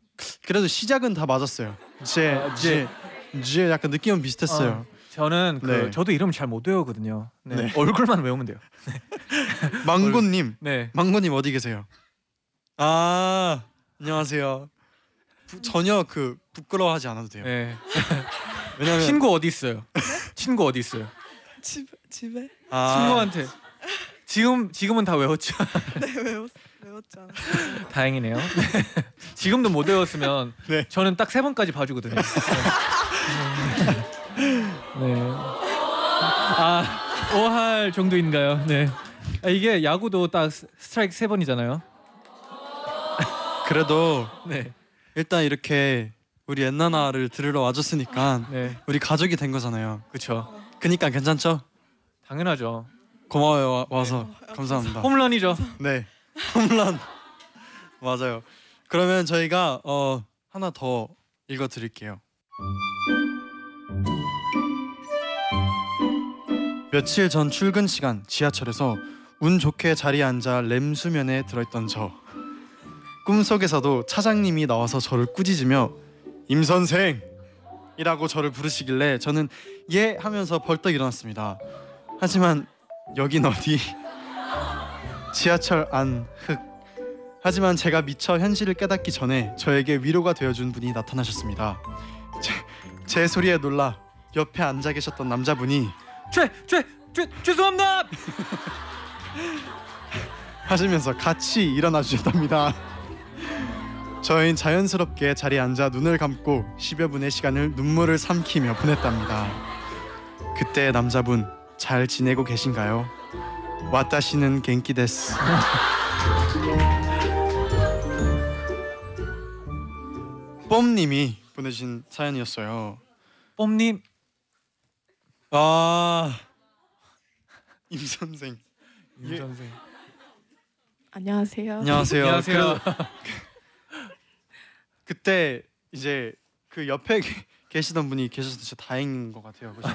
S1: 그래도 시작은 다 맞았어요 제,
S3: 아,
S1: 제,
S3: 제.
S1: 제 약간 느낌은 비슷했어요
S3: 저는 그
S1: 네.
S3: 저도 이름 잘 못 외우거든요. 네.
S1: 네.
S3: 얼굴만 외우면 돼요.
S1: 아. 망고님,
S3: 네.
S1: 망고님 어디 계세요? 아 안녕하세요 부, 전혀 그 부끄러워하지 않아도 돼요
S3: 네.
S1: 왜냐면
S3: 친구 어디 있어요? 친구 어디 있어요?
S6: 집 집에
S1: 아,
S3: 친구한테 지금 지금은 다 외웠죠.
S6: 네 외웠 외웠죠.
S3: 다행이네요. 네. 지금도 못 외웠으면
S1: 네.
S3: 저는 딱 세 번까지 봐주거든요. 네. 네. 아 오할 정도인가요? 네. 아, 이게 야구도 딱 스- 스트라이크 세 번이잖아요.
S1: 그래도
S3: 네.
S1: 일단 이렇게 우리 엔나나를 들으러 와줬으니까
S3: 네.
S1: 우리 가족이 된 거잖아요
S3: 그렇죠.
S1: 그니까 괜찮죠?
S3: 당연하죠.
S1: 고마워요 와, 와서 감사합니다
S3: 홈런이죠.
S1: 네 홈런 맞아요 그러면 저희가 어 하나 더 읽어 드릴게요 며칠 전 출근 시간 지하철에서 운 좋게 자리에 앉아 램 수면에 들어있던 저 꿈속에서도 차장님이 나와서 저를 꾸짖으며 임 선생 이라고 저를 부르시길래 저는 예 하면서 벌떡 일어났습니다 하지만 여긴 어디 지하철 안 흙. 하지만 제가 미처 현실을 깨닫기 전에 저에게 위로가 되어준 분이 나타나셨습니다. 제, 제 소리에 놀라 옆에 앉아 계셨던 남자분이
S3: 죄, 죄, 죄, 죄송합니다.
S1: 하시면서 같이 일어나 주셨답니다. 저희는 자연스럽게 자리에 앉아 눈을 감고 10여 분의 시간을 눈물을 삼키며 보냈답니다. 그때 남자분 잘 지내고 계신가요? 와타시는 겐키 데스. 뽐님이 보내주신 사연이었어요.
S3: 뽐님
S1: 아, 임 선생. 예.
S3: 선생.
S6: 안녕하세요.
S1: 안녕하세요.
S3: 안녕하세요.
S1: 그, 때 이제 그 옆에 게- 계시던 분이 계셔서 진짜 다행인 것 같아요. 그죠?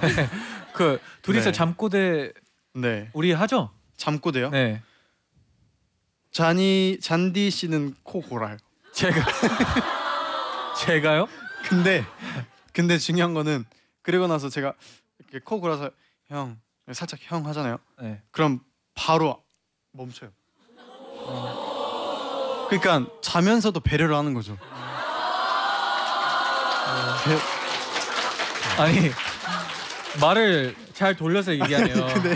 S3: 그 둘이서
S1: 네.
S3: 잠꼬대
S1: 네,
S3: 우리 하죠?
S1: 잠꼬대요.
S3: 네.
S1: 잔이 잔디 씨는 코 골아요.
S3: 제가 제가요?
S1: 근데 근데 중요한 거는 그리고 나서 제가 이렇게 코 골아서 형 살짝 형 하잖아요.
S3: 네.
S1: 그럼 바로 멈춰요. 그러니까 자면서도 배려를 하는 거죠. 배-
S3: 아니 말을 잘 돌려서 얘기하네요.
S1: 근데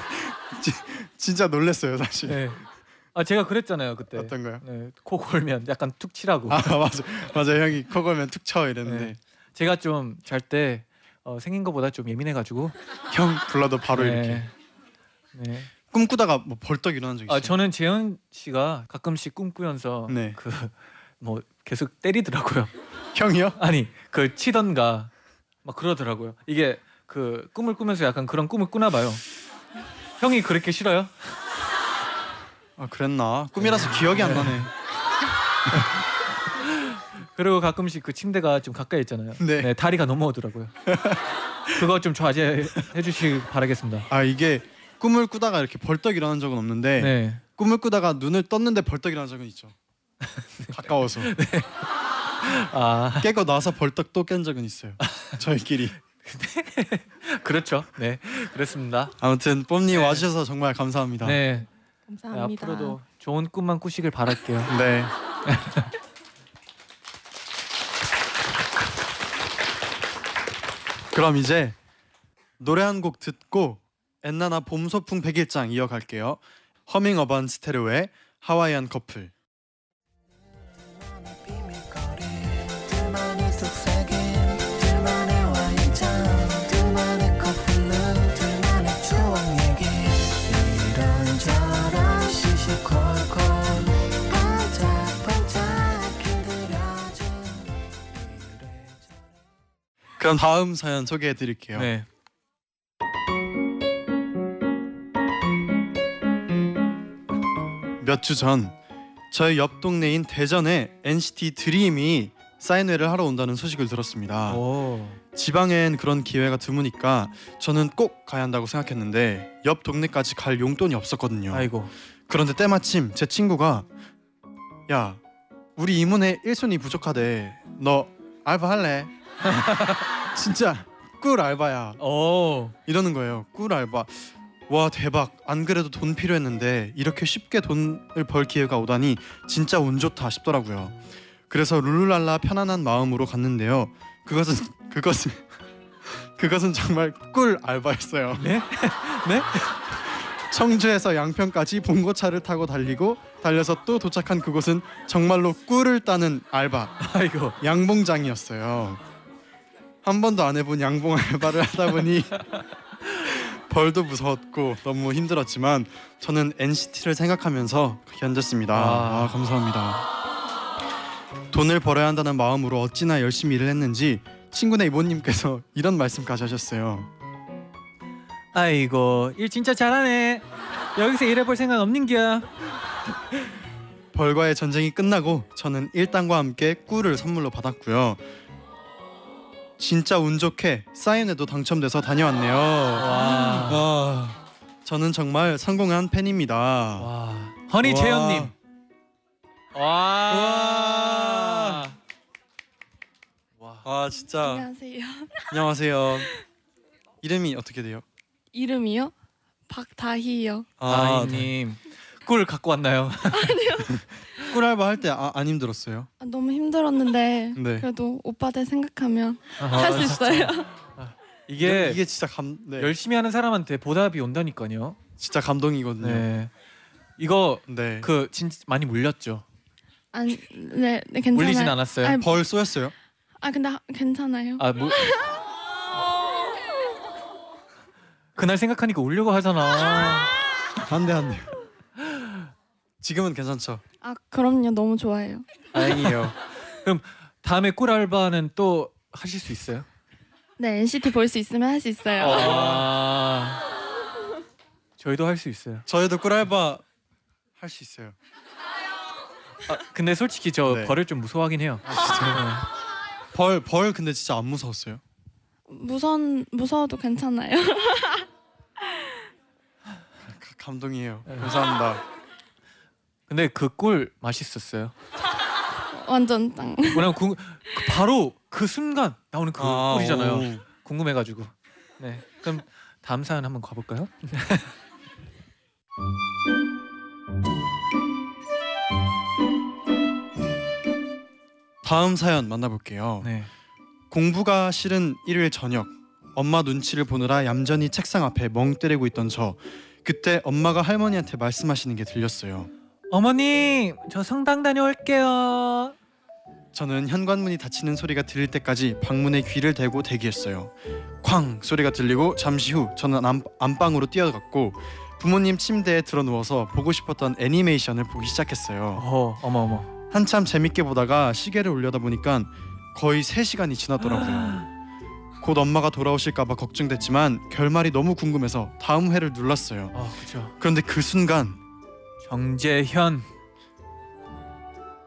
S1: 지, 진짜 놀랬어요 사실.
S3: 네. 아 제가 그랬잖아요 그때.
S1: 어떤 거요?
S3: 네. 코 골면 약간 툭 치라고.
S1: 아 맞아 맞아 형이 코 골면 툭 쳐 이랬는데
S3: 네. 제가 좀 잘 때 어, 생긴 것보다 좀 예민해가지고.
S1: 형 불러도 바로
S3: 네.
S1: 이렇게
S3: 네.
S1: 꿈꾸다가 뭐 벌떡 일어난 적 있어요.
S3: 아 저는 재현 씨가 가끔씩 꿈꾸면서
S1: 네.
S3: 그 뭐 계속 때리더라고요.
S1: 형이요?
S3: 아니 그 치던가 막 그러더라고요. 이게 그 꿈을 꾸면서 약간 그런 꿈을 꾸나 봐요. 형이 그렇게 싫어요?
S1: 아 그랬나? 꿈이라서 기억이 안 나네.
S3: 그리고 가끔씩 그 침대가 좀 가까이 있잖아요.
S1: 네.
S3: 다리가 넘어오더라고요. 그거 좀 좌제해 주시기 바라겠습니다.
S1: 아 이게 꿈을 꾸다가 이렇게 벌떡 일어난 적은 없는데
S3: 네.
S1: 꿈을 꾸다가 눈을 떴는데 벌떡 일어난 적은 있죠. 가까워서
S3: 네. 아
S1: 깨고 나서 벌떡 또 깬 적은 있어요. 저희끼리.
S3: 그렇죠. 네. 그렇습니다.
S1: 아무튼 뽐니 와주셔서 정말 감사합니다.
S3: 네. 네,
S6: 감사합니다.
S3: 앞으로도 좋은 꿈만 꾸시길 바랄게요.
S1: 네. 그럼 이제 노래 한 곡 듣고 엔나나 봄 소풍 100일장 이어갈게요. 허밍 어반 스테레오의 하와이안 커플.
S8: 둘만의 속삭임 둘만의 와인잔 둘만의 커플룸 둘만의 추억 얘기 이런저런 시시콜콜 반짝반짝 흔들려준 이래저래
S1: 그럼 다음 사연 소개해 드릴게요.
S3: 네.
S1: 몇 주 전 저희 옆 동네인 대전에 NCT 드림이 사인회를 하러 온다는 소식을
S3: 아.
S1: 들었습니다.
S3: 오.
S1: 지방엔 그런 기회가 드무니까 저는 꼭 가야 한다고 생각했는데 옆 동네까지 갈 용돈이 없었거든요.
S3: 아이고.
S1: 그런데 때마침 제 친구가 야 우리 이문에 일손이 부족하대. 너 알바 할래? 진짜 꿀 알바야.
S3: 오.
S1: 이러는 거예요. 꿀 알바. 와 대박. 안 그래도 돈 필요했는데 이렇게 쉽게 돈을 벌 기회가 오다니 진짜 운 좋다 싶더라고요. 그래서 룰루랄라 편안한 마음으로 갔는데요. 그것은 그것은 그것은 정말 꿀 알바였어요.
S3: 네? 네?
S1: 청주에서 양평까지 봉고차를 타고 달리고 달려서 또 도착한 그곳은 정말로 꿀을 따는 알바.
S3: 아이고.
S1: 양봉장이었어요. 한 번도 안 해본 양봉 알바를 하다 보니 벌도 무서웠고 너무 힘들었지만 저는 NCT를 생각하면서 견뎠습니다.
S3: 아.
S1: 아, 감사합니다. 돈을 벌어야 한다는 마음으로 어찌나 열심히 일을 했는지 친구네 이모님께서 이런 말씀까지 하셨어요.
S3: 아이고. 일 진짜 잘하네. 여기서 일해볼 생각 없는겨.
S1: 벌과의 전쟁이 끝나고 저는 일당과 함께 꿀을 선물로 받았고요. 진짜 운 좋게 사인회도 당첨돼서 다녀왔네요.
S3: 와.
S1: 와, 저는 정말 성공한 팬입니다.
S3: 와. 허니
S1: 와.
S3: 재현님. 와.
S1: 아 진짜
S6: 안녕하세요.
S1: 안녕하세요. 이름이 어떻게 돼요?
S6: 이름이요? 박다희요.
S3: 아,
S1: 네.
S3: 이님 꿀 갖고 왔나요?
S1: 꿀알바 할 때 안 힘들었어요?
S6: 아, 너무 힘들었는데
S1: 네.
S6: 그래도 오빠들 생각하면 할 수 있어요.
S3: 아, 이게,
S1: 이게 진짜 감 네.
S3: 열심히 하는 사람한테 보답이 온다니까요.
S1: 진짜 감동이거든요.
S3: 네. 이거
S1: 네.
S3: 그 진짜 많이 물렸죠.
S6: 안, 네, 네 괜찮아요.
S3: 물리진 않았어요.
S6: 아니,
S1: 벌 쏘였어요?
S6: 아 근데 하- 괜찮아요.
S3: 아 뭐. 그날 생각하니까 울려고 하잖아.
S1: 안돼 안돼. 지금은 괜찮죠?
S6: 아 그럼요, 너무 좋아해요.
S3: 다행이에요. 그럼 다음에 꿀 알바는 또 하실 수 있어요?
S6: 네, NCT 볼 수 있으면 할 수 있어요.
S3: 아. 저희도 할 수 있어요.
S1: 저희도 꿀알바 할 수 있어요.
S3: 아, 근데 솔직히 저
S1: 네.
S3: 벌을 좀 무서워하긴 해요. 네.
S1: 벌 벌 근데 진짜 안 무서웠어요.
S6: 무선 무서워도 괜찮아요.
S1: 가- 감동이에요.
S3: 네.
S1: 감사합니다.
S3: 근데 그 꿀 맛있었어요.
S6: 완전 짱.
S3: 왜냐면 궁- 그 바로 그 순간 나오는 그
S1: 아,
S3: 꿀이잖아요.
S1: 오.
S3: 궁금해가지고. 네. 그럼 다음 사연 한번 가볼까요?
S1: 다음 사연 만나볼게요.
S3: 네.
S1: 공부가 싫은 일요일 저녁 엄마 눈치를 보느라 얌전히 책상 앞에 멍 때리고 있던 저 그때 엄마가 할머니한테 말씀하시는 게 들렸어요.
S3: 어머님, 저 성당
S1: 어.
S3: 다녀올게요.
S1: 저는 현관문이 닫히는 소리가 들릴 때까지 방문에 귀를 대고 대기했어요. 쾅 소리가 들리고 잠시 후 저는 안, 안방으로 뛰어갔고 부모님 침대에 들어 누워서 보고 싶었던 애니메이션을 보기 시작했어요.
S3: 어, 어머 어머.
S1: 한참 재밌게 보다가 시계를 올려다 보니까 거의 3시간이 지났더라고요. 곧 엄마가 돌아오실까 봐 걱정됐지만 결말이 너무 궁금해서 다음 회를 눌렀어요.
S3: 아, 그렇죠.
S1: 그런데 그 순간
S3: 정재현.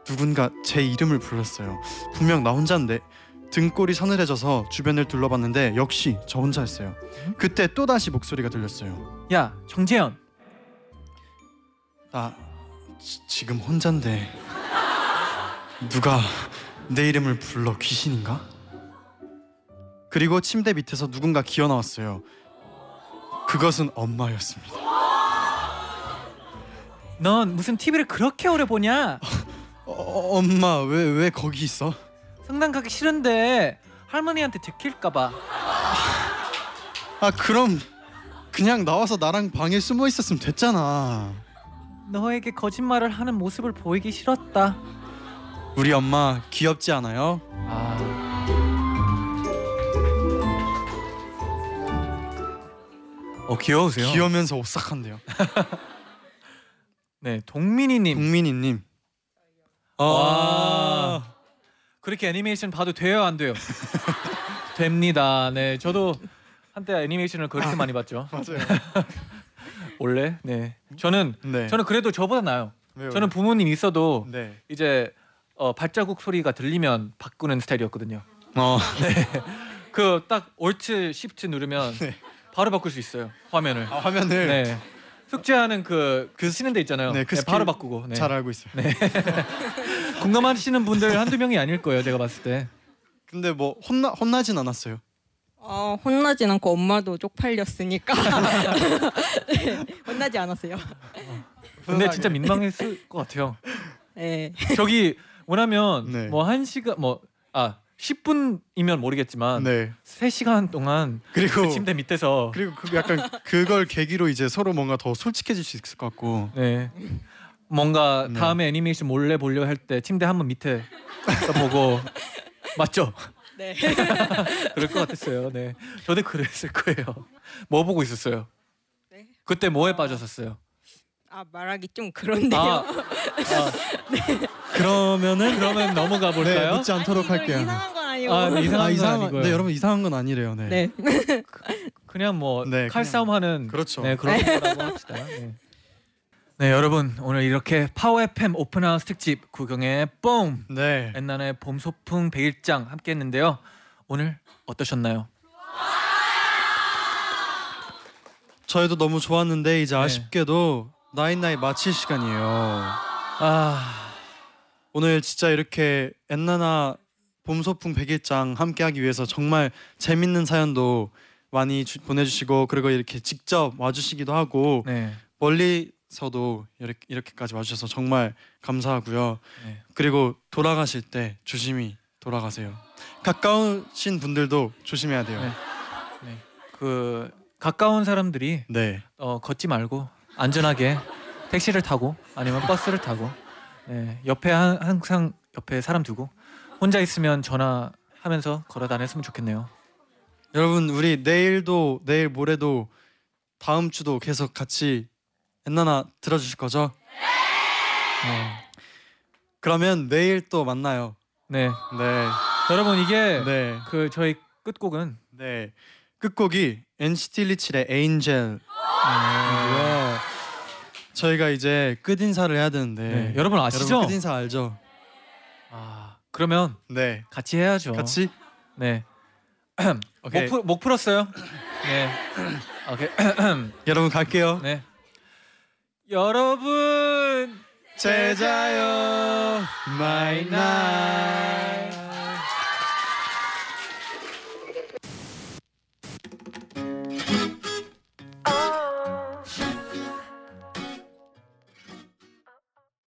S1: 누군가 제 이름을 불렀어요. 분명 나 혼자인데 등골이 서늘해져서 주변을 둘러봤는데 역시 저 혼자였어요. 그때 또 다시 목소리가 들렸어요.
S3: 야, 정재현.
S1: 나 아, 지, 지금 혼자인데 누가 내 이름을 불러 귀신인가? 그리고 침대 밑에서 누군가 기어 나왔어요. 그것은 엄마였습니다.
S3: 넌 무슨 TV를 그렇게 오래 보냐?
S1: 어, 어, 엄마 왜 왜 거기 있어?
S3: 성당 가기 싫은데 할머니한테 들킬까봐.
S1: 아 그럼 그냥 나와서 나랑 방에 숨어 있었으면 됐잖아.
S3: 너에게 거짓말을 하는 모습을 보이기 싫었다.
S1: 우리 엄마 귀엽지 않아요?
S3: 아, 어 귀여우세요?
S1: 귀여우면서 오싹한데요.
S3: 네, 동민이님.
S1: 동민이님.
S3: 와. 그렇게 애니메이션 봐도 돼요, 안 돼요? 됩니다. 네, 저도 한때 애니메이션을 그렇게 많이 봤죠.
S1: 맞아요.
S3: 원래. 네, 음. 저는
S1: 네.
S3: 저는 그래도 저보다 나요.
S1: 왜요?
S3: 저는 부모님 있어도
S1: 네.
S3: 이제 어, 발자국 소리가 들리면 바꾸는 스타일이었거든요.
S1: 어.
S3: 그 딱 얼트 시프트 누르면
S1: 네.
S3: 바로 바꿀 수 있어요 화면을.
S1: 아, 화면을
S3: 네. 숙제하는 그, 그 쓰는 데 있잖아요.
S1: 네, 그
S3: 네,
S1: 스킬
S3: 바로 바꾸고. 네.
S1: 잘 알고 있어요.
S3: 공감하시는 분들 한두 명이 아닐 거예요. 제가 봤을 때.
S1: 근데 뭐 혼나 혼나진 않았어요.
S9: 어, 혼나진 않고 엄마도 쪽팔렸으니까 네, 혼나지 않았어요.
S1: 아,
S3: 근데 진짜
S1: 예.
S3: 민망했을 것 같아요.
S9: 네.
S3: 저기 원하면
S1: 네.
S3: 뭐 한 시간 뭐 아 10분이면 모르겠지만
S1: 네.
S3: 3시간 동안
S1: 그리고
S3: 아, 그 침대 밑에서
S1: 그리고 그 약간 그걸 계기로 이제 서로 뭔가 더 솔직해질 수 있을 것 같고.
S3: 네. 뭔가
S1: 네.
S3: 다음에 애니메이션 몰래 보려 할 때 침대 한 번 밑에 보고 맞죠?
S9: 네.
S3: 그럴 것 같았어요. 네. 저도 그랬을 거예요. 뭐 보고 있었어요?
S9: 네.
S3: 그때 뭐에 빠졌었어요?
S9: 아 말하기 좀 그런데요. 네.
S3: 아, 아 그러면은 그러면 넘어가
S1: 네,
S3: 볼까요?
S1: 묻지 않도록
S9: 이걸
S1: 할게요.
S9: 이상한 건 아니고.
S3: 아, 네, 이상한
S1: 아,
S3: 건
S1: 이상한
S3: 아니고요.
S1: 네, 여러분 이상한 건 아니래요. 네.
S9: 네.
S3: 그냥 뭐
S1: 네,
S3: 칼싸움하는
S1: 그렇죠.
S3: 네, 그런 거라고 합시다. 네. 네, 여러분 오늘 이렇게 파워 FM 오픈하우스 특집 구경의 뽕
S1: 네.
S3: 옛날에 봄 소풍 100일장 함께 했는데요. 오늘 어떠셨나요?
S1: 저희도 너무 좋았는데 이제
S3: 네.
S1: 아쉽게도 나인나이 마칠 시간이에요.
S3: 아,
S1: 오늘 진짜 이렇게 엔나나 봄소풍 100일장 함께하기 위해서 정말 재밌는 사연도 많이 주- 보내주시고 그리고 이렇게 직접 와주시기도 하고
S3: 네.
S1: 멀리서도 이렇게, 이렇게까지 와주셔서 정말 감사하고요.
S3: 네.
S1: 그리고 돌아가실 때 조심히 돌아가세요. 가까우신 분들도 조심해야 돼요.
S3: 네. 그 가까운 사람들이
S1: 네,
S3: 어, 걷지 말고 안전하게 택시를 타고 아니면 버스를 타고 네, 옆에 한, 항상 옆에 사람 두고 혼자 있으면 전화하면서 걸어 다녔으면 좋겠네요.
S1: 여러분 우리 내일도 내일 모레도 다음 주도 계속 같이 엔나나 들어주실 거죠?
S3: 어,
S1: 그러면 내일 또 만나요.
S3: 네
S1: 네,
S3: 여러분 이게
S1: 네,
S3: 그 저희 끝곡은
S1: 네. 끝곡이 NCT 127의 Angel. 이고요. 예. 저희가 이제 끝 인사를 해야 되는데
S3: 네, 여러분 아시죠?
S1: 여러분 끝 인사 알죠?
S3: 아 그러면
S1: 네,
S3: 같이 해야죠.
S1: 같이
S3: 네.
S1: 오케이.
S3: 목, 풀, 목 풀었어요. 네. 오케이.
S1: 여러분 갈게요.
S3: 네. 여러분 네.
S1: 제자요, 마이 나이.